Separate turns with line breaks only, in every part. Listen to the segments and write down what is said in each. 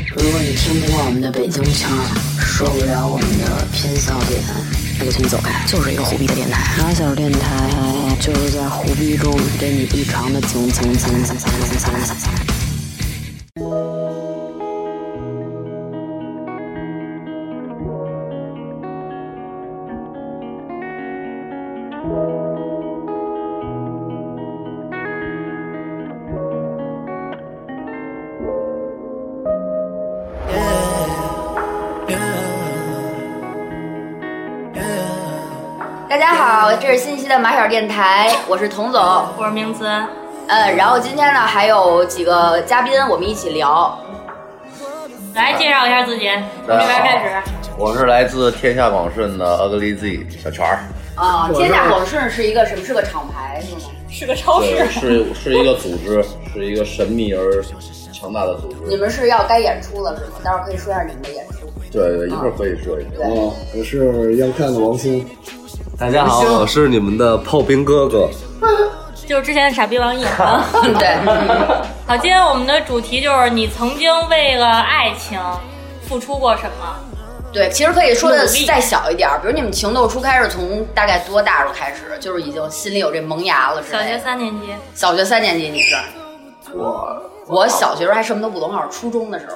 听不惯我们的北京腔儿，受不了我们的偏笑点，那就请你走开。就是一个虎逼的电台，马小电台就是在虎逼中给你异常的蹭蹭蹭蹭蹭蹭蹭蹭蹭。
大家好，这是新一期的马小电台，我是童总，
我是名词，
呃，然后今天呢还有几个嘉宾，我们一起聊。
来介绍一下自己，从这边开始。
我是来自天下广顺的 Ugly Z 小泉儿，
啊、天下广顺是一个什么？是个厂牌是吗？
哦是个超
是是是一个组织，是一个神秘而强大的组
你
织。
们是要该演出了是吗？待会儿可以说一下你们的演出。
对对，一会儿可以说一下。
哦，我是要看的王鑫，
大家好，我是你们的炮兵哥哥。
就是之前的傻逼王毅啊。
对，
好，今天我们的主题就是你曾经为了爱情付出过什么？
对，其实可以说的
努力
再小一点儿，比如你们情窦初开是从大概多大时候开始？就是已经心里有这萌芽了之
小
类
学
的。
三年级，
小学三年级你是？
我
我小学时候还什么都不懂，好像初中的时候。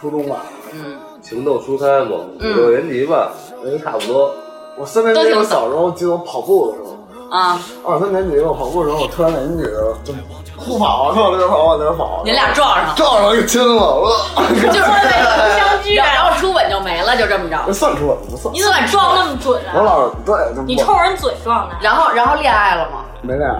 初中吧，
嗯，
情窦初开嘛，五
嗯
六年级吧，也差不多。
我三年级
都挺
很小时候，我记得我跑步的时候，
啊，
二三年级我跑步的时候，我突然感觉女的就互跑，冲我这边跑，往那边跑，啊
你俩撞上了，
撞上了给亲了，我
就是
相聚
然后初吻就没了，就这么着
这。算出来不算
你？怎么撞那么准
我
啊？
老对，就
你冲人嘴撞的，
然后，然后恋爱了吗？
没那样，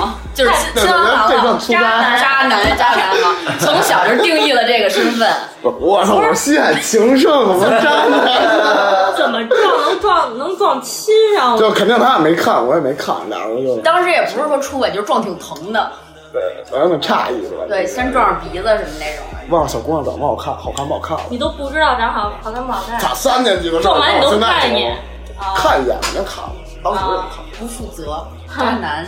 啊，就是亲
对
亲完
我觉得这
了
算，出家
渣男，渣男啊，从小就定义了这个身份。
我操，我西海情圣，啊我们渣男，
怎么撞能撞能撞亲啊上？
就肯定他也没看，我也没看，俩人就
当时也不是说初吻，就是撞挺疼的，
对，反正挺诧异的吧。
对，先撞上鼻子什么那种。
忘了小姑娘长得不好看，好看不好看了。
你都不知道长好好看不好看，
咋三年级的事儿
撞完你都
现在
看一
才
眼。啊
看一眼肯定看了，当时也看了。
不负责，渣男。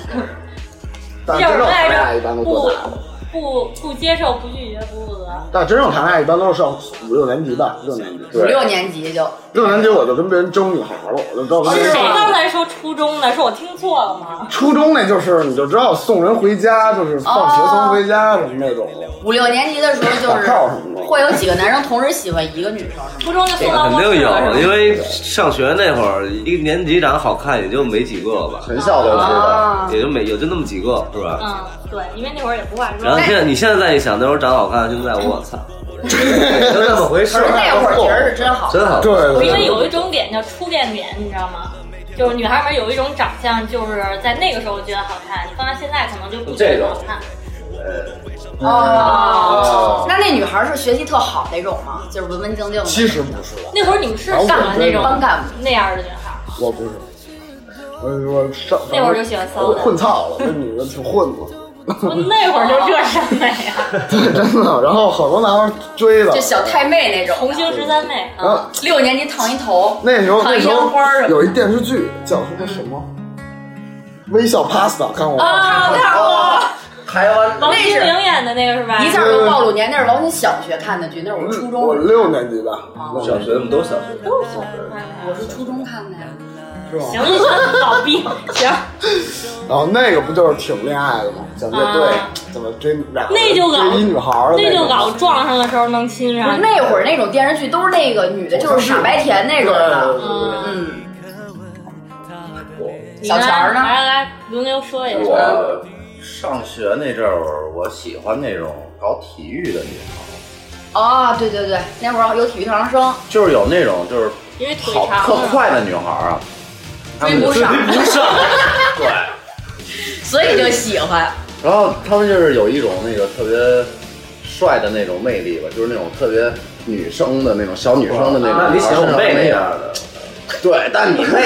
但
叫
真
什么
正谈恋
来
爱一
着？
般都
不
多大了？
不不接受，不拒绝，不负责。
但真正谈恋爱一般都是上五六年级吧，六年级。
五六年级就
六年级我就跟别人争女孩了，我就知道跟别
谁
人争。
刚才说初中的？是我听错了吗？
初中那就是你就知道送人回家，就是放学送回家什么那种。
五六年级的时候，就
打炮什么
是
的
会有几个男生同时喜欢一个女生，是吗？
初中就送到
肯
公
定
司了是
有，
吗
啊因为上学那会儿，一个年级长得好看也就没几个了吧，
全校都知道，
啊，
也就没也就那么几个，是吧？
嗯，对，因为那会儿也不怕
然后
说。
现在你现在再一想，那会儿长得好看，现在我 操，就那么回事儿，
那会儿觉得是真好。
真好。
对对
因为
对，
有一种脸叫初恋脸，你知道吗？就是女孩们有一种长相，就是在那个时候觉得好看，你放到现在可能就不觉得好看。啊
哦，那那女孩是学习特好那种吗？就是文文静静的。
其实不是，
那会儿你们是喜欢那种
班干部
那样的女孩吗？
我不是，我我上
那会儿就喜欢骚
我
的
混操了，那女的挺混的，
我那会儿就这什么呀？
对，真的。然后好多男孩追的
就，小太妹那种。
红星十三妹，啊
然后
六年级烫一头，
那时候
烫
那
一
时
烟
候
花儿什么
有一电视剧叫什么什么微笑 pasta，看过吗？
啊，我看过，
台湾
王心凌演的那个是吧？
一下就暴露年龄。那是王鑫小学看的剧，那是我初
我
中，
六年级的，
小学我们都小学，
都喜欢看那
我
个
是初中看的呀。
是吧？
行，你全倒闭，行，
然后那个不就是挺恋爱的吗？小乐队
啊
怎么追俩人
那就老
追一女孩儿的
那就
种
老撞上的时候能亲
不
上
是。那会儿那种电视剧都是那个女的，就是傻白甜那
对
种的。
嗯，
嗯，
你
小
呢
钱儿呢
来来来，轮流说一下。
我上学那阵儿，我喜欢那种搞体育的女孩，
哦，对对对，那会儿有体育特长生，
就是有那种就是
因为腿
跑
长
特
了。
快的女孩啊，她
追
们
不
就
上，
追不上，对。
所以就喜欢。
然后她们就是有一种那个特别帅的那种魅力吧，就是那种特别女生的那种小女生的那种。
啊那你喜欢我妹那样的？
对，但你妹，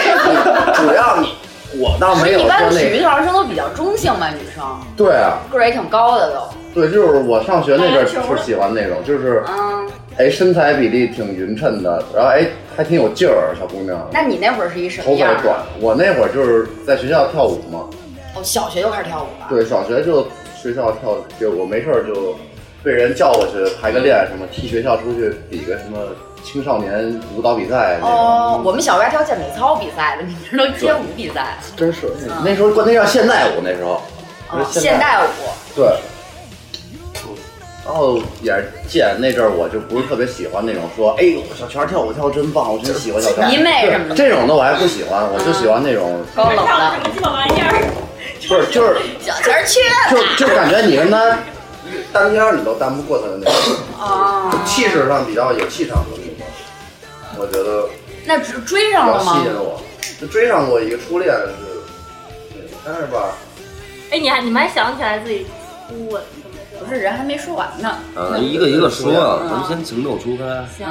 主要你我倒没有
一
说
般体
那
育特长生都比较中性吧，女生
对啊，
个儿也挺高的都。
对，就是我上学那阵儿是喜欢那种，就是
嗯，
哎身材比例挺匀称的，然后哎还挺有劲儿，小姑娘，
那你那会儿啊是一什么
头发
样
也？短。我那会儿就是在学校跳舞嘛，
哦，小学就开始跳舞了。
对，小学就学校跳，就我没事儿就被人叫过去排个练什么，替学校出去比个什么青少年舞蹈比赛那种。
哦，我们小时候还跳健美操比赛呢，你们这都街舞比赛，
真是那时候管那叫现代舞，那时候
啊，现代舞。
对。然后也是见那阵儿，我就不是特别喜欢那种说，哎呦，小泉跳舞跳得真棒，我真喜欢小泉。
迷妹什么的嗯
对这种的我还不喜欢，我就喜欢那种，
高冷
上
的
什，么鸡巴玩意儿？啊
不是就是
小词儿缺
就就感觉你跟他单挑你都单不过他的那种，
啊，
气势上比较有气场的那种，我觉得
那追追
比
上
较
了
吸
吗
引？我。就追上过一个初恋是那个，但是吧，
哎，你还你们还想起来自己初吻什么
不是，人还没说完呢。
啊，一个一个说啊，咱们先情窦初开。
行，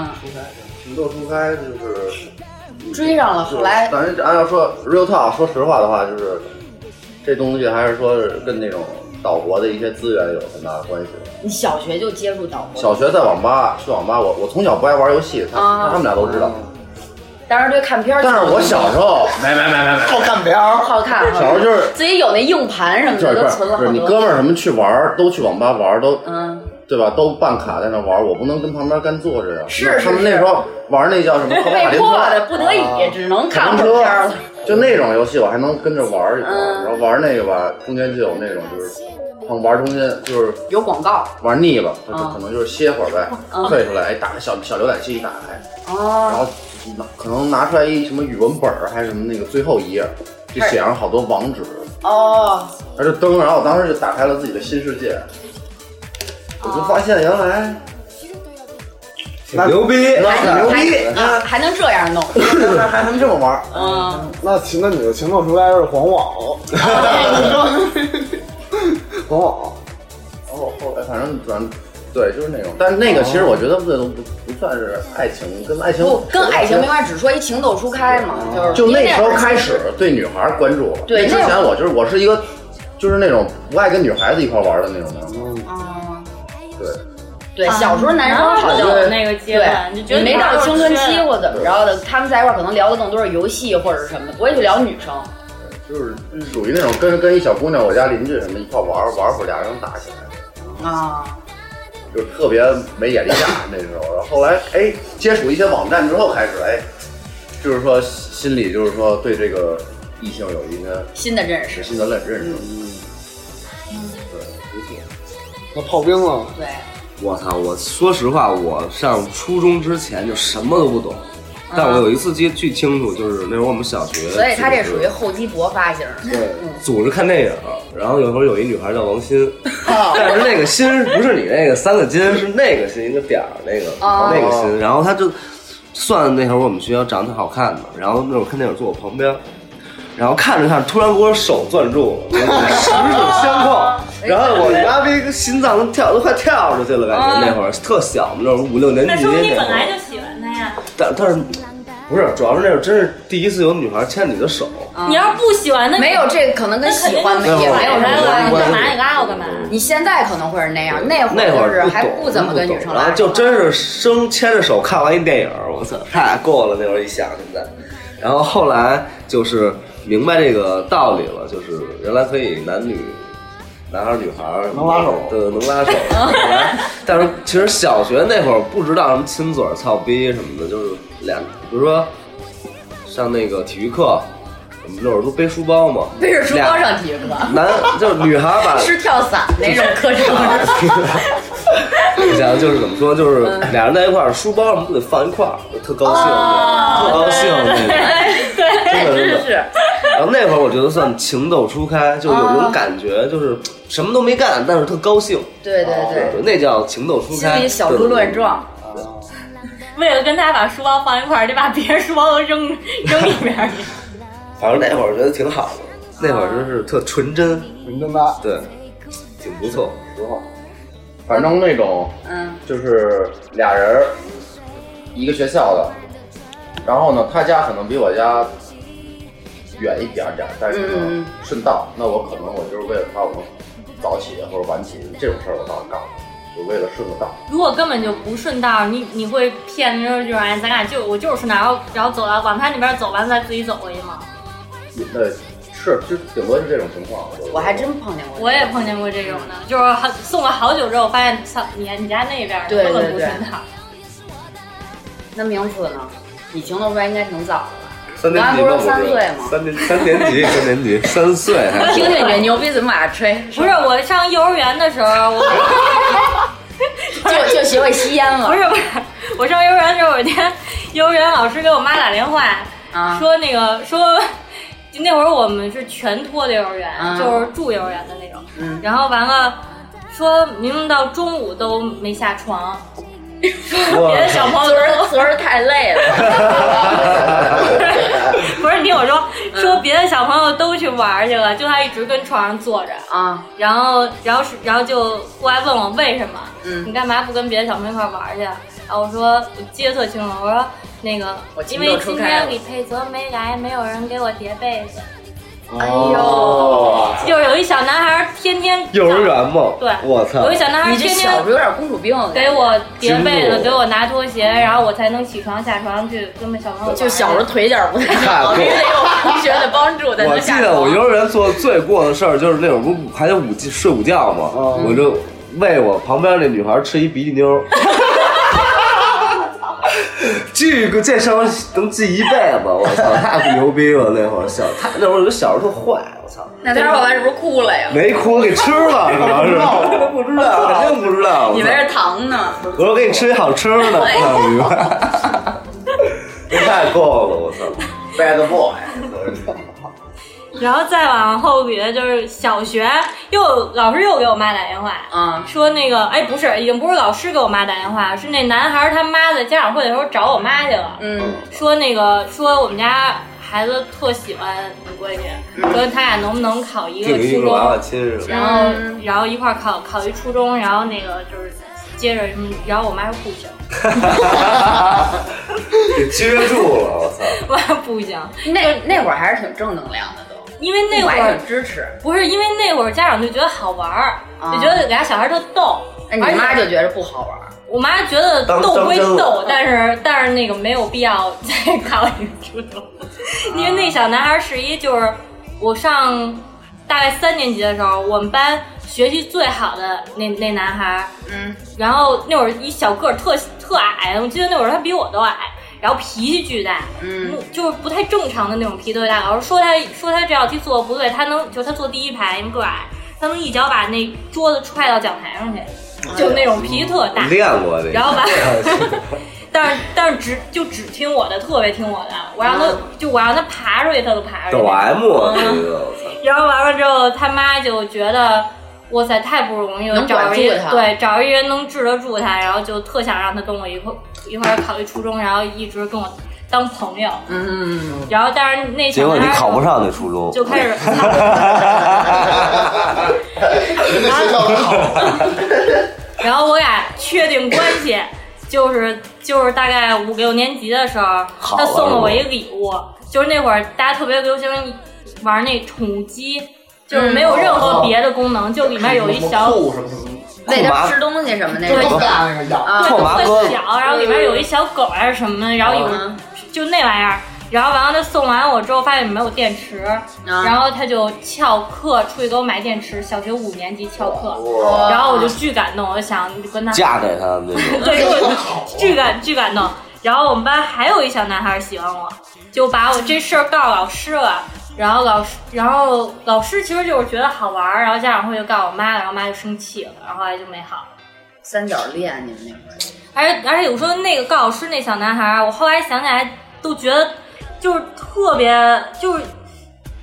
情窦初开就是
追上了，后来
咱按照说 real talk，说实话的话，就是这东西还是说是跟那种岛国的一些资源有很大的关系。
你小学就接触岛国，
小学在网吧去网吧，我我从小不爱玩游戏，他、
啊
他们俩都知道。
当时对看片儿，
但是我小时候没没没没没，
好干瓢，
好看，好看
小时候就是
自己有那硬盘什么
就是
的，都
不是
存了
不
好
是
多。
你哥们儿什么去玩儿都去网吧玩儿都
嗯，
对吧？都办卡在那玩儿，我不能跟旁边干坐着呀。
是是
他们那时候玩那叫什么跑马
被
林
迫的，
车、
不得
啊
已，只能
卡
看
丁
会
车
儿片儿了。，
就那种游戏我还能跟着玩儿一会儿。
嗯
然后玩那个吧，中间就有那种就是，嗯玩儿中间就是
有广告
玩腻了，他就
嗯
可能就是歇会儿呗
嗯，
退出来，哎，打个小小浏览器一打开，然
哦，
后拿可能拿出来一什么语文本儿还是什么那个最后一页，就写上好多网址，
哦，
他就登，啊然后我当时就打开了自己的新世界，我就发现原来
那
牛逼！
那哎牛逼，
啊，还能这样弄，
原来还能这么玩 儿，
嗯，
那情那你的情窦初开是黄网，黄网，
然后后来反正转。对，就是那种，但是那个其实我觉得这都不不算是爱情，跟爱情
不跟爱情没关系，只说一情窦初开嘛，就是
就那时候
因为
开始对女孩关注了。
对
之
那会
前
儿
我就是我是一个，就是那种不爱跟女孩子一块玩的那种人。
嗯，
嗯，
对，
对，小时候男生好像
都有那个阶段，就觉得
你没
女孩
到
都是
青春期
缺的
或怎么着的，他们在一块儿可能聊的更多是游戏或者什么的，不会去聊女生。
就是属于那种跟跟一小姑娘，我家邻居什么一块玩玩会儿，俩人打起来，
啊，
就是特别没眼力架 那时候。然后后来哎，接触一些网站之后开始哎，就是说心里就是说对这个异性有一些哎
新的认识
实，心的认认识。
嗯
对，
那炮兵啊呢？
对，
我操！我说实话，我上初中之前就什么都不懂，但我有一次记得巨清楚，就是那会儿我们小学，
嗯所以他这属于厚积薄发型。
对，
组织看电影，然后有时候有一女孩叫王鑫， 但是那个鑫不是你那个三个金，是那个鑫一个点儿那个、
啊
哦
那个鑫，然后她就算那会儿我们学校长得好看的，然后那会儿看电影坐我旁边。然后看着看着，突然给我手攥住了，我十指相扣，然后我妈逼心脏都跳都快跳出去了，感觉那会儿特小嘛，那会儿五六年
那
级
说明你
会
本来
儿，
就喜欢他呀。
但但是不是，主要是那会儿真是第一次有女孩牵你的手，
你要是不喜欢，那
嗯没有这个，可能跟喜欢没
那肯定
也没有
就
什
那
么
会儿
关系嗯
你干嘛你拉我干嘛？
你现在可能会是那样，那会
那会
儿
儿
就是还
懂
不怎么跟女生
然后
拉，
就真是生牵着手看完一电影儿，我操，太过了！那会儿一想，现在，然后后来就是明白这个道理了，就是原来可以男女。男孩儿、女孩儿
能拉手
对，能拉手。 后来但是其实小学那会儿不知道什么亲嘴儿、操逼什么的，就是俩，比如说上那个体育课，我们那会儿都背书包嘛，
背 着书包
俩
上体育课，
男就是女孩儿把
是跳伞那种课 程。
你想就是怎么说，就是
嗯
俩人在一块儿，书包什么都得放一块儿，就特高兴，特
哦
高兴那种。 真的真的。然后那会儿我觉得算情窦初开，就有
哦
一种感觉，就是什么都没干，但是特高兴。
对对对，
那叫情窦初
心
开。
里小鹿乱撞。
为了跟他把书包放一块儿，得把别人书包都扔 扔一边儿去。
反正那会儿觉得挺好的，那会儿真是特纯真，
云真八，
对，挺不错。
实话，
反正那种
嗯，
就是俩人儿，一个学校的，然后呢，他家可能比我家远一点儿点儿，但是
嗯嗯
呢顺道，那我可能我就是为了他，我早起或者晚起这种事儿我倒是干了，就为了顺个道。
如果根本就不顺道，你你会骗人就是哎，咱俩就我就是顺道，然后然后走到往他那边走完再自己走过去吗？
那是，就顶多是这种情况。我
我还真碰见过。
我也碰见过这种的，就是好送了好久之后，发现操，你你家那边儿
对
根本
对
不
对
顺趟。
那名次呢？你情窦初开应该挺早的吧？
三年级
我还不
吗？不是
是三岁吗
三年三年级，三年级，三 岁还
听
是？
听你这牛逼，怎么把它吹？
不是我上幼儿园的时候， 我
就就学会吸烟了。
不是不是，我上幼儿园的时候，有一天幼儿园老师给我妈打电话，
啊，
说那个说，就那会儿我们是全托的幼儿园，
嗯
就是住幼儿园的那种。
嗯
然后完了，说明明到中午都没下床， 别的小 朋友
昨
都
儿昨儿太累 了，
不是你听我说，
嗯
说别的小朋友都去玩儿去了，就他一直跟床上坐着。
啊，
然后，然后是，然后就过来问我为什么，
嗯
你干嘛不跟别的小朋友一块玩儿去？啊然后我说，我记得特清楚，我说那个，
我情
因
窦
为
初
今
开了
天李佩泽没来，没有人给我叠被子，
哎呦，
啊
就是有一小男孩儿天天
幼儿园吗？
对
我操
有！一小男孩儿
你这
天
小
天
子有点公主病，
给我叠被
惊
子，
悚
给我拿拖鞋，然后我才能起床下床去跟那小朋友玩儿。
就小时候腿脚不太好，必须得有同学的帮助才
我
能
记
下
得我幼
床。
儿园做最过的事儿就是那会儿不还得午睡午觉嘛，我就喂我旁边那女孩吃一鼻涕妞儿， 这个这事儿能记一辈子，我操，太牛逼了！那会儿小，太那会儿我小时候特坏，我操，
那他后来是不是哭了呀？
没哭我给吃了，主要是不知道，肯定不知道，我
以
操
为是糖呢，
我说给你吃一好吃的，我操，你妈太够了，我操！
bad boy，
然后再往后别就是小学，又老师又给我妈打电话，
啊
说那个哎不是，已经不是老师给我妈打电话，是那男孩儿他妈在家长会的时候找我妈去了，
嗯，
说那个说我们家孩子特喜欢你闺女，说他俩能不能考一
就
个
跟一
初
个娃娃
中，
亲似的。
然后然后一块儿考考一初中，然后那个就是接着什么，然后我妈说不行，
给撅住了，我操！
我妈不行，
那那会儿还是挺正能量的都，
因为那
我
会
还
儿
挺支持。
不是因为那会儿家长就觉得好玩儿，
啊
就觉得俩小孩儿特逗。
那哎你
而且
妈就觉着不好玩儿，
我妈觉得
当
逗归
当真
逗
了，
但是但是那个没有必要再 考一个初中，
啊
因为那小男孩儿是一就是我上大概三年级的时候，我们班学习最好的那那男孩儿，
嗯，
然后那会儿一小个儿特特矮，我记得那会儿他比我都矮，然后脾气巨大，
嗯，
就是不太正常的那种脾气特别大。老师说他说他这道题做的不对，他能就他坐第一排，因为个儿矮，他能一脚把那桌子踹到讲台
哎
上去，就那种脾气特大。
练过这
然后
个，
吧， 但是但是只就只听我的，特别听我的。我让他、
嗯
就我让他爬出去，他都爬出去
抖。M 这
嗯
个，我操！
然后完了之后，他妈就觉得。哇塞，太不容易了，
能管
找一
住他
对找一人能治得住他，然后就特想让他跟我一块一块儿考虑初中，然后一直跟我当朋友。
嗯，
然后但是那
结
小
果
男
你
孩
考不上那初中，
就开始
人家学校可好，
然后我俩确定关系，就是就是大概五六年级的时候，
好
他送
了
了我一个礼物，就是那会儿大家特别流行玩那宠物鸡，就是没有任何别的功能，就里面有一小
什么裤什么什么，
喂
后
它
妈
吃东西什么那
就是
种
都大那个样，
啊
对，
臭麻
特
哥
小，然后里面有一小狗还是什么，然后有
嗯
就那玩意儿。然后完了，他送完我之后发现没有电池，然后他就翘课出去给我买电池。小学五年级翘课，
哇，
然后我就巨感动，我就想跟他
嫁给他那种。
对，给我巨感巨感动。然后我们班还有一小男孩喜欢我，就把我这事儿告老师了。然后老师，然后老师其实就是觉得好玩儿，然后家长会就告我妈了，然后妈就生气了，然后后来就没好。
三角恋，你们那会儿
而且而且我说那个告老师那小男孩儿，我后来想起来都觉得就是特别就是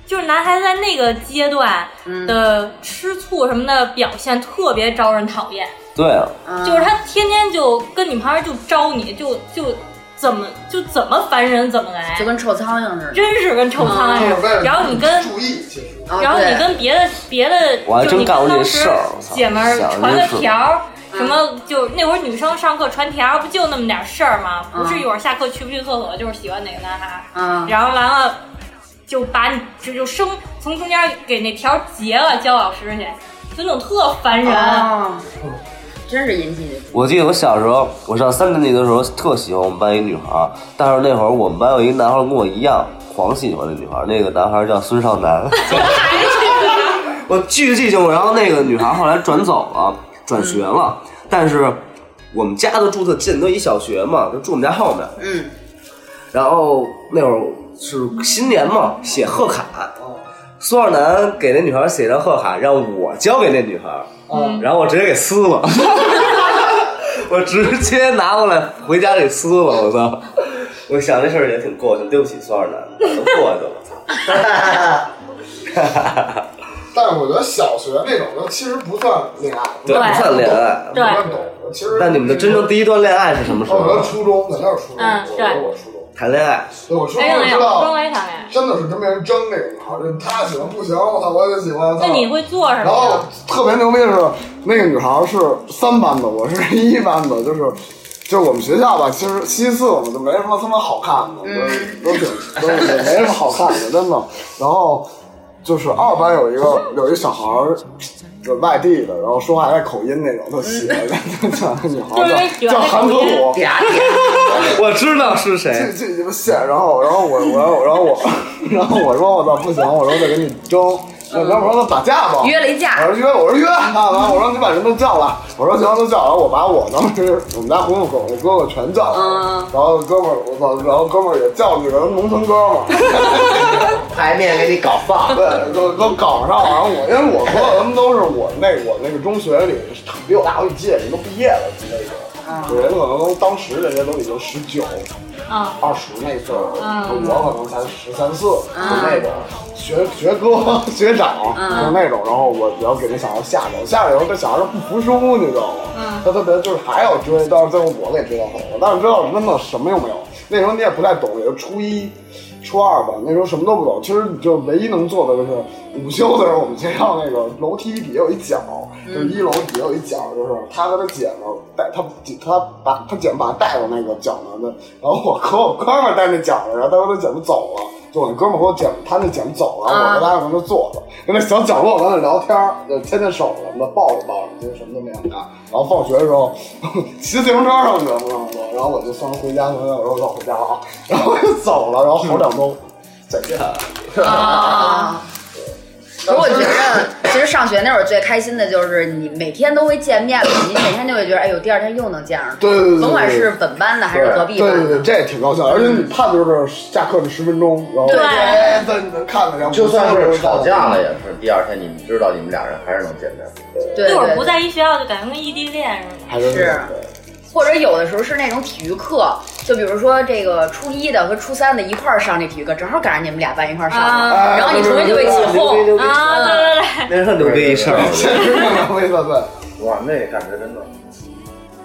就是男孩子在那个阶段的吃醋什么的表现特别招人讨厌，
对啊，
就是他天天就跟你旁边就招你，就就怎么就怎么烦人怎么来
就，跟臭苍蝇似的。
真是跟臭苍
就
蝇似
是为
的。
了
啊然后你跟
注意，其实
啊
然后你
对
跟别的别的，
我还
就是
真
你
干过
跟
这
当
事
时
儿我操
姐们儿
想着
传
真
个
是
条儿，
嗯
什么就那会儿女生上课传条儿，不就那么点儿事儿吗？不
嗯
是一会儿下课去不去厕所，就是喜欢哪个男孩儿，
啊，
然后完了就把你就就生从中间给那条儿截了，交老师去，就那种特烦人。哦
啊，真是引起
我记得我小时候，我上三年级的时候特喜欢我们班一女孩儿，但是那会儿我们班有一男孩儿跟我一样狂喜欢那女孩，那个男孩叫孙少南，我巨记性。然后那个女孩后来转走了，转学了，但是我们家都住特近，都一小学嘛，就住我们家后面。
嗯，
然后那会儿是新年嘛，写贺卡，苏二楠给那女孩写张贺卡，让我交给那女孩，啊然后我直接给撕了，我直接拿过来回家给撕了，我操！我想这事儿也挺过去，对不起苏二楠，都过去了，我操！
但是我觉得小学那种的其实不算恋爱，
对，不算恋爱。
不
对
算懂的。其实
那你们的真正第一段恋爱是什么时
哦，我
候
要？初中肯定是初中，
嗯哎
我
对
觉得我初中，
谈恋爱，
对我初
没有
中
没
知
有，中
道
也谈恋爱。
真的是跟别人争这个女孩，就是她喜欢不行，我操，我也喜欢。
那
操
你会做什
然
么
后
呀？
特别牛逼的是，那个女孩是三班的，我是一班的，就是就是我们学校吧，其实西四我们就没什么他妈好看的，都都挺都也没什么好看的，真的。然后就是二班有一个有一小孩儿。就外地的，然后说话带口音那种，特邪的，叫那女孩
就是
叫叫韩可虎，
嗲嗲，
我知道
这
是谁，
这你们信？然后，然后我，我，然后，然后我，然后我说我操不行，我说再给你争，那要不然咱打架吧？
约了一架
我说约，我说约，啊，完了，我说你把人都叫来，我说行，都叫来，我把我当时我们家胡同口的哥哥全叫来，
嗯
然后哥们儿，我操，然后哥们儿也叫几个农村哥们儿，
牌面给你搞放，
对，都都搞上了。然后我因为我所有人都是我那我那个中学里比我大好几届，人都毕业了之类的。有人可能都当时人家都已经十九、
啊
二十那岁了，
嗯
我可能才十三四，就那种学学哥学长，
嗯
就那种。然后我要给那小孩吓着，吓着以后这小孩就不服输，你知道
嗯
吗？他特别就是还要追，但是最后我给追到头了。但是知道真的什么用没有？那时候你也不太懂，也就初一。初二吧，那时候什么都不懂。其实你就唯一能做的就是午休的时候，我们学校那个楼梯底下有一角，就是一楼底下有一角，就是他和他姐们儿带他他把他姐们把他带到那个角那儿的，然后我和我哥们儿带那角儿，然后他和他姐们走了，就我那哥们儿和我姐们他那姐们走了，我和他在那坐着，在那小角落在那聊天儿，就牵牵手什么的，抱着抱着，就什么都没有干。然后放学的时候骑自行车上学嘛，然后我就送他回家，回家我说我走回家了啊，然后我就走了，然后好两周。 再见。
哦
啊。可是我觉得，其实上学那会儿最开心的就是你每天都会见面嘛，你每天就会觉得，哎呦，第二天又能见上。
对对对对
甭管是本班的还是隔壁
对对
班
对，
的，
这也挺高兴，而且你盼的就是下课这十分钟，然后
对
哎在你能看看，然后
就算是吵架了，也是第二天你们知道你们俩人还是能见面。
对
那会儿
对
不在一学校，就感觉跟异地恋似的。
还是
是或者有的时候是那种体育课，就比如说这个初一的和初三的一块儿上这体育课，正好赶上你们俩班一块儿上了，
啊
然后你同学就会起
牛逼
哄。
牛逼，
啊，对对对。
那是特牛逼一事儿。
现实更难为他对。
哇，那感觉真的，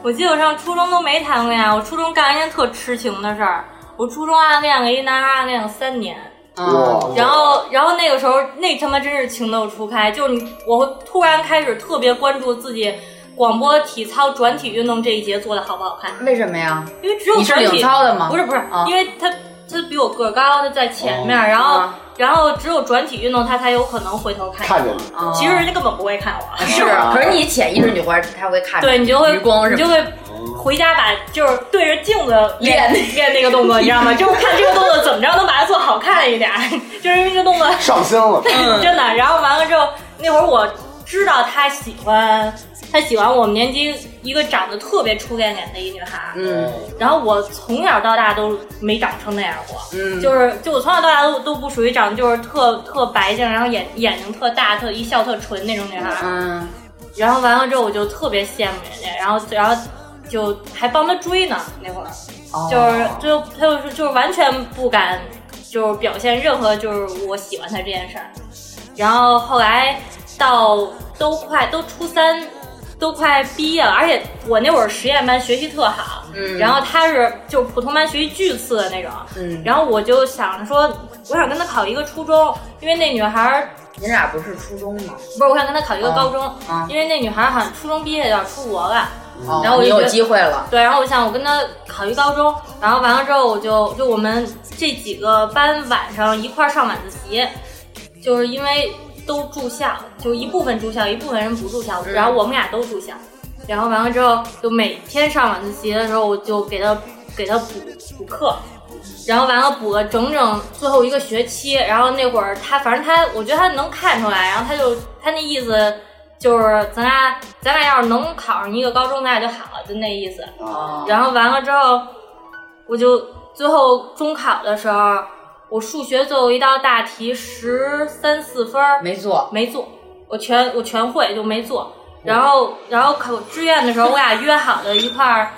我记得我上初中都没谈过恋爱，我初中干一件特痴情的事儿，我初中暗恋了一男孩，暗恋了三年。
嗯，
哇
然后，然后那个时候，那他妈真是情窦初开，就是你，我会突然开始特别关注自己广播体操转体运动这一节做的好不好看，
为什么呀？
因为只有
你是
转体
领操的吗
不是不是，
啊
因为他他比我个儿高，他在前面，然后、
啊
然后只有转体运动，他才有可能回头看
看见你，
啊
其实人家根本不会看我，
是，可是你潜意识你就会他会看着，
对你就会
余光
你
什
就
么
会回家把就是对着镜子练
练
练那 个动作，你知道吗？就是看这个动作怎么着能把它做好看一点， 就是因为这个动作
上心了，
真的。然后完了之后，那会儿我知道他喜欢他喜欢我们年级一个长得特别初恋脸的一女孩，
哎
嗯
然后我从小到大都没长成那样过，
嗯
就是就我从小到大都都不属于长得就是特特白净，然后眼眼睛特大，特一笑特纯那种女孩。
嗯，
然后完了之后，我就特别羡慕人家，然后然后就还帮他追呢，那会儿、
哦
就是就他就是就是完全不敢就是表现任何就是我喜欢他这件事儿。然后后来到都快都初三，都快毕业了，而且我那会儿实验班学习特好，
嗯
然后他是就是普通班学习巨次的那种，
嗯
然后我就想着说，我想跟他考一个初中，因为那女孩儿
你俩不是初中吗？
不是，我想跟他考一个高中，
啊
因为那女孩好像初中毕业要出国了。
哦
然后我
你
就
有
觉得
机会了，
对，然后我想我跟他考一高中，然后完了之后我就就我们这几个班晚上一块儿上晚自习，就是因为都住校，就一部分住校，一部分人不住校，然后我们俩都住校，然后完了之后就每天上晚自习的时候，我就给他给他补补课，然后完了补了整整最后一个学期，然后那会儿他反正他，我觉得他能看出来，然后他就他那意思就是咱俩咱俩要是能考上一个高中，咱俩就好了，就那意思。
啊
哦
然后完了之后，我就最后中考的时候，我数学最后一道大题十三四分儿
没做，
没做，我全我全会就没做。
嗯
然后然后考志愿的时候，我俩约好了一块儿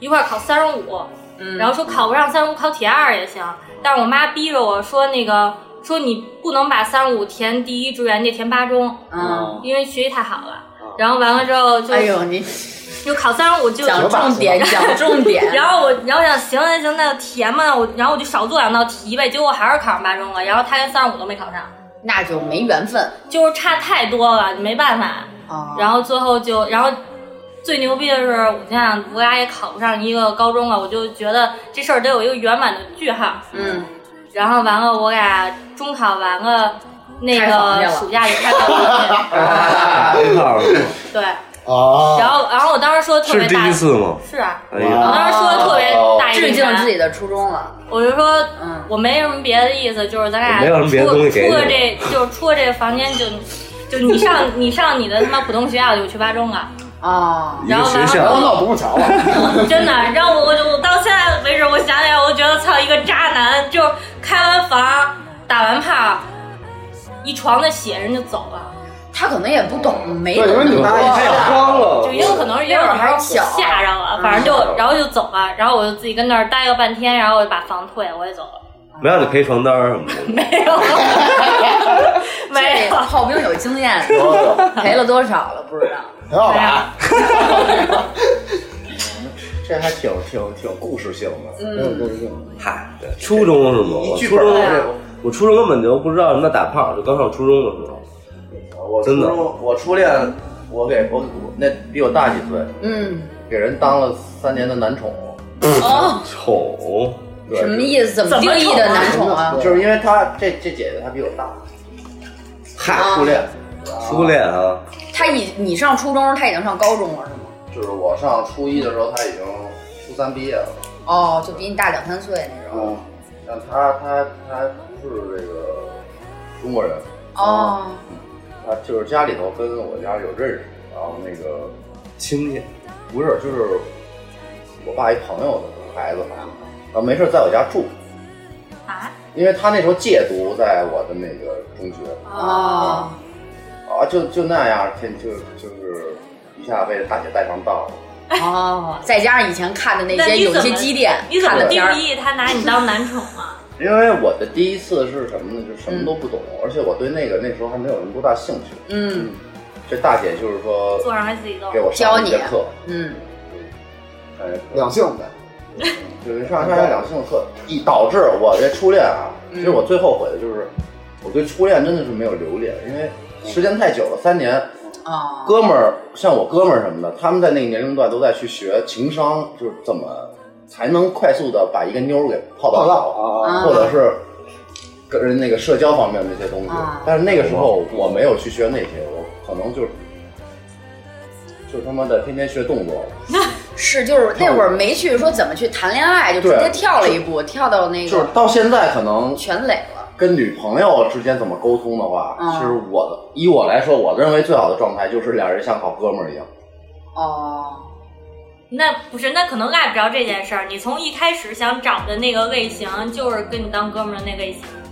一块儿考三十五，
嗯
然后说考不上三十五考铁二也行，但是我妈逼着我说那个说你不能把三十五填第一志愿，你得填八中，
嗯，
因为学习太好了。然后完了之后就、
哦哎呦，你
就考三十五就
讲重点，讲重 点，
然后我，然后我想行行行，那就填嘛，我然后我就少做两道题呗。结果我还是考上八中了，然后他连三十五都没考上，
那就没缘分
就是差太多了，没办法。
啊。
然后最后就，然后最牛逼的是，我想想，我俩也考不上一个高中了，我就觉得这事儿得有一个圆满的句号。
嗯，
然后完了，我俩中考完了，那
开房去
个
了
暑假就开房了。
真好
对，
嗯
啊，
然后然后我当时说的特
是
别大，
第一次吗？
是啊，
哎
我
呀，
当时说的特别大一个
致敬
圆
自己的初衷了。
我就说，
嗯
我没什么别的意思，就是咱俩
我没有什么别的东西给你
出了这，就出了这个房间就，就你上你上你的他妈普通学校，我去八中了，
哦，
一
然
个
后
学
完
然
了
后闹独木桥了，
真的让我我就我到现在为止，我想起来我就觉得操一个渣男，就开完房打完炮，一床的血人就走了，
他可能也不懂，没懂
对，因为你妈一下慌了
就，也有可能是
那会儿还
还
小
吓着了，反正就然后就走了，然后我就自己跟那儿待了半天，然后我就把房退了，我也 走了，
没让你赔床单儿什么的。
没有，
这
没有。
炮兵有经验，赔了多少了不知道。
挺好啊玩。
这还挺挺挺故事性
嗯
的，
对对对，
嗨，对，初中是吗？
一
我
句
初
本
中
儿
啊
没有
我初中根本就不知道什么打炮，就刚上初中的时候。
我初
真的
中我初恋，我给我那比我大几岁，
嗯，
给人当了三年的男宠，
哦，
丑，
对
什么意思？怎么
怎么
定义的男宠啊？
就是因为她这这姐姐她比我大，
嗨，
初恋
初恋啊，
他已你上初中，他已经上高中了是吗？
就是我上初一的时候，她已经初三毕业了，
哦，就比你大两三岁那种。
嗯，
但她她她不是这个中国人，
哦，
她就是家里头跟我家有认识，然后那个
亲戚，
不是就是我爸一朋友的孩子，然后没事在我家住，
啊
因为他那时候借读在我的那个中学，
哦，
啊，就就那样，天就就是一下被大姐带上道了。
哦，再加上以前看的那
那
些
你
有一
怎
些
么
积淀
你怎
看
么
的
定
片儿，
义他拿你当男宠啊？
因为我的第一次是什么呢？就什么都不懂，而且我对那个那时候还没有什么多大兴趣。
嗯
这大姐就是说
坐上来自己动
给。我上了一节课，
嗯，
上一节课
两性呗，
就是上上两性课，以导致我这初恋啊，其实我最后悔的就是我对初恋真的是没有留恋，因为时间太久了，三年。
哦，
哥们儿，像我哥们儿什么的，他们在那个年龄段都在去学情商，就是怎么才能快速的把一个妞儿给泡到
报道
手，
啊，
或者是跟人那个社交方面的这些东西
啊。
但是那个时候我没有去学那些，我可能就是就他妈的天天学动作，
是就是那会儿没去说怎么去谈恋爱，就直接
对
跳了一步，跳到那
就是
个
到现在可能
全垒了。
跟女朋友之间怎么沟通的话，
嗯
其实我的以我来说，我认为最好的状态就是俩人像好哥们儿一样。
哦，
那不是，那可能赖不着这件事儿。你从一开始想找的那个类型，就是跟你当哥们儿的那类型，
嗯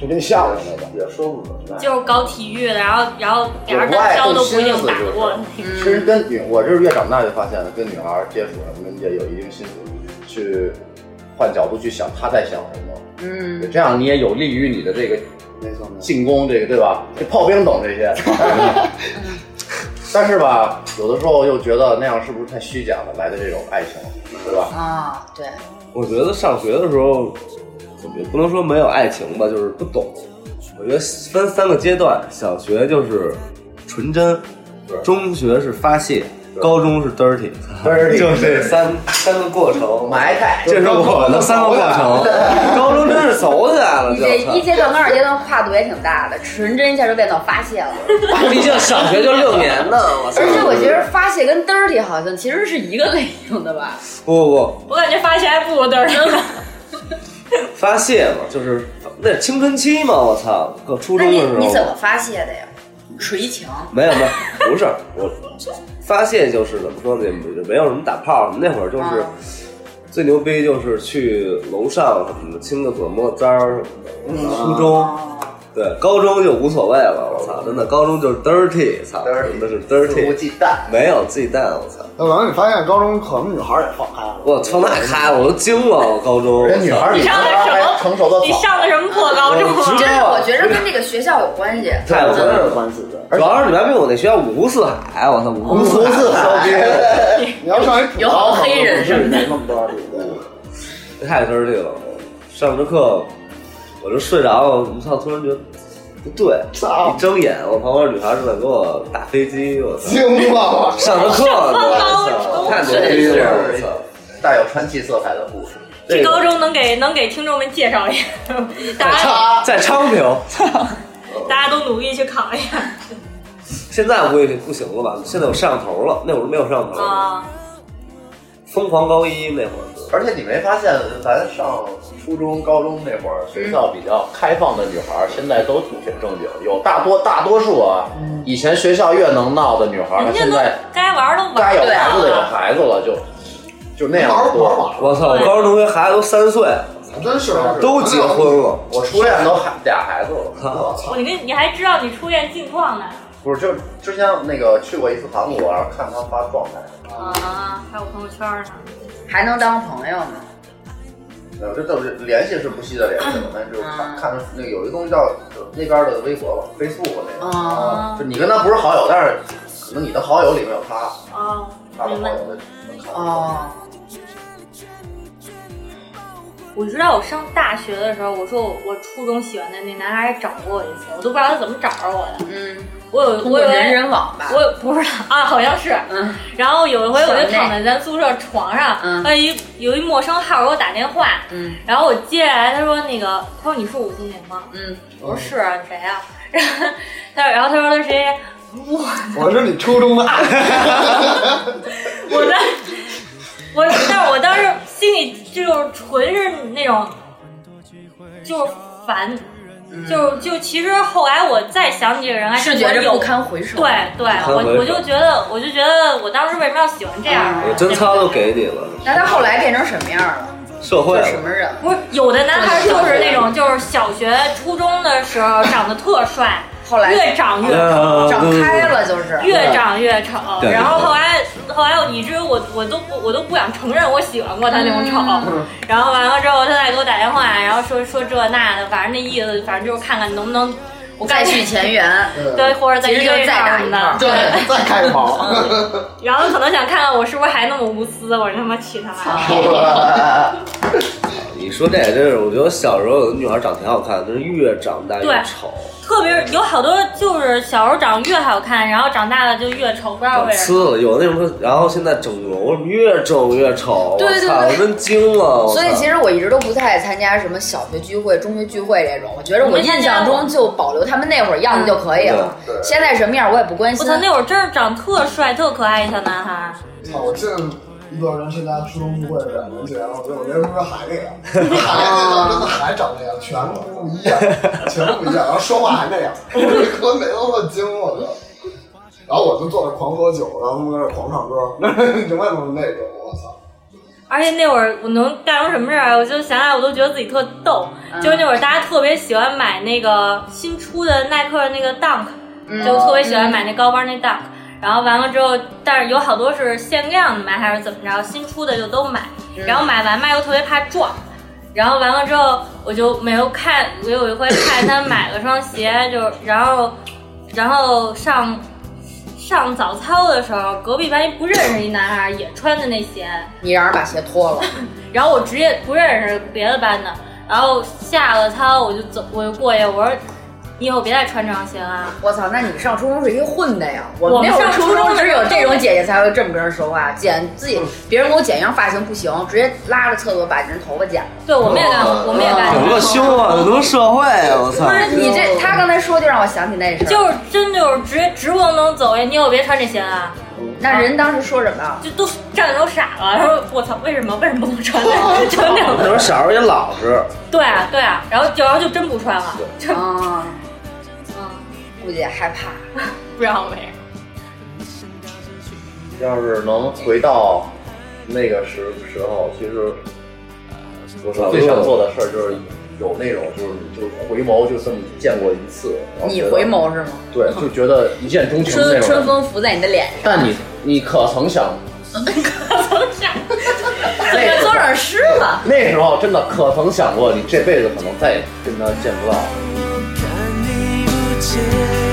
就跟相声似的。
也说不准
就是搞体育的，然后然后俩人
我
单
爱
挑
动
都不一
心
定
思
打
就是
过。
其实跟女，我就是越长大越发现，跟女孩接触什么也有一定心思，去换角度去想她在想什么，
嗯，
这样你也有利于你的这个
没错没错，
进攻，这个对吧？这炮兵懂这些， 但是吧，有的时候又觉得那样是不是太虚假了？来的这种爱情，对吧？
啊，对，
我觉得上学的时候，怎么也不能说没有爱情吧，就是不懂。我觉得分三个阶段，小学就是纯真，中学是发泄，高中是 dirty，
dirty
就这三三个过程。
埋汰，
这是我的三个过程， 高中真是走起来了，
你这一
就
阶段跟二阶段跨度也挺大的，纯真一下就变到发泄了。
操毕竟上学就六年呢，我操！
而且我觉得发泄跟 dirty 好像其实是一个类型的吧？
不不不，
我感觉发现还不如嘚儿。
发泄嘛，就是那青春期嘛，我操，搁初
那
中的
你
时候
你怎么发泄的呀？捶墙。
没有没有，不是我发泄就是怎么说呢，也没有什么打炮什么，那会儿就是、
啊
最牛逼就是去楼上什么的清个嘴摸个脏儿什
嗯
么的，初中。对，高中就无所谓了，我
嗯
操，真的，高中就是 dirty，操，真的是
肆无
dirty，
忌惮。
没有忌惮，我操，
那可能你发现高中可能女孩也放开了，
我操那开，我都惊了，我高中，
人女孩比
你上的
男孩
什么
还成熟的
你
早，
上的什么破高中
我
啊
嗯
知？
真的，
哦
道
我觉得跟这个学校有关系。
太有
真
关系
是有
了。
关系的。
主要是你妈逼我那学校五湖四海，我操，五湖
哦
四海，
哎你要上一
有好多黑人
是没那么多理的。
太 dirty 了。上着课，我就睡着了，我操，突然觉得不对，
操
一睁眼，我旁边女孩正在给我打飞机，我操，
惊了！
上着课，我操，太牛逼了，我操，
带有传奇色彩的故事。
这
这
个
高中能给能给听众们介绍一 下，大家
在昌平，
大家都努力去考一下
现在估计不行了吧？现在有摄像头了，那会儿没有摄像头，
啊。
疯狂高一那会儿，
而且你没发现，咱上初中、高中那会儿，学校比较开放的女孩儿，现在都挺正经，有大多大多数啊。
嗯
以前学校越能闹的女孩儿，她
人家
现
都
在
该玩都
该
玩
有
对啊
孩子的有孩子了，就就那样多。
我操，我高中同学孩子都三岁，
真是
都结婚了，
我初恋都孩俩孩子 了，
我你跟你还知道你出院近况呢
不是就之前那个去过一次韩国，然后看她发状态，
啊，还有朋友圈呢。
还能当朋友吗？
呃，这都是联系是不惜的联
嗯
系了，但是就是
啊
看看那个有一东西叫就那边的微博吧，Facebook 那个，啊
哦，
就你跟他不是好友，但是可能你的好友里面有他，
哦，
他的
明
好
白。
友的能看到。
哦，
我知道我上大学的时候，我说我我初中喜欢的那男孩还找过我一次，我都不知道他怎么找着我的。
嗯，
我有
通
我
过
有
人人网吧。
我不知道啊，好像是。
嗯
然后有一回我就躺在咱宿舍床上，
嗯
呃一有一陌生号给我打电话，
嗯
然后我接下来他说那个，他说你是吴金玲吗？
嗯，
我说是啊，你 谁呀、然后他然后他说他是谁？我
我是你初中的，
我当我但是我当时心里就是纯是那种就是烦，
嗯
就就其实后来我再想起这个人，还
是
我
觉着
有
不堪回首。
对，对，
堪回
我
首
我就觉得我就觉得我当时为什么要喜欢这样的
我
人？
贞操都给你了，
那他后来变成什么样了？
社会
是
了
什么人？
不是有的男孩就是那种就是小学初中的时候长得特帅，
后来
越长越丑。
啊
长
对对对
开了就是。
越长越丑，
对
然后后来后来我以至于我我都不我都不想承认我喜欢过他那
嗯
种丑，然后完了之后他再给我打电话，然后说说这那的，反正那意思反正就是看看能不能我
再
干
续前缘，
对，或者再
其实就是
约一
再打
下
一
什么
炮
的，
对，再开跑。
然后可能想看看我是不是还那么无私，我他妈去他妈的！
啊你说这也真是，我觉得小时候有的女孩长挺好看，但是越长大
对
越丑，
特别是有好多就是小时候长得越好看，然后长大了就越丑，不知道为什么。
啊呲了。有那什么，然后现在整容，越整越丑，
对对对
我操，我真惊了。
所以其
实
实我一直都不太参加什么小学聚会、中学聚会这种。我觉得我印象中就保留他们那会儿样子就可以了
嗯对，
现在什么样我也不关
我
心。
操，那会儿真是长特帅、特可爱一小男孩，
操！我见一多人参加初中聚会是两年前，我觉得我那时候还那样，还那样，真的还长那样，全部不一样，全部不一样，然后说话还那样，我喝没都我惊我了。然后我就坐那狂喝酒，然后他们在那狂唱歌， 永远都是那种，我操！
而且那会儿我能干成什么事儿啊？我就想想，我都觉得自己特逗。就是那会儿大家特别喜欢买那个新出的耐克的那个 Dunk，、就特别喜欢买那高帮那 Dunk。然后完了之后，但是有好多是限量的买还是怎么着，新出的就都买。然后买完嘛又特别怕撞，然后完了之后我就没有看，我有一回看他买了双鞋，就然后然后上上早操的时候，隔壁班一不认识一男孩儿也穿的那鞋，
你让人把鞋脱了，
然后我直接不认识别的班的，然后下了操我就走，我就过去，我说你以后别再穿这双鞋了。啊
我操！那你上初中是一个混的呀？
我们
那会儿
上
初
初
中
中
只有
是
这种姐姐才会这么跟人说话，剪自己别人给我剪一样发型不行，直接拉着厕所把人头发剪了。
对，我们也干过，我们也干
哦整
过，
个胸 啊，整个社会啊，我操
不！是你这，他刚才说哎就让我想起那事儿，
就是真就是直接直愣愣走，哎，你以后别穿这鞋了，
啊那人当时说什么？
就都站的都傻了。然后我操，为什么为什么不能穿 那穿那
那
种？
时候小时候也老实，
对啊对啊，然后就然后就真不穿了，就
啊，
嗯，
估计害怕。
不让没人。
要是能回到那个时时候，其实呃我最想做的事儿就是有那种就是就是回眸就这么见过一次，然后
你
觉得
回眸是吗？
对，就觉得一见钟情那
嗯春春
种。
风拂在你的脸上，
但你你可曾想，
给他做点诗吧。
那时候真的可曾想过，你这辈子可能再也跟他见不到。
看你不见。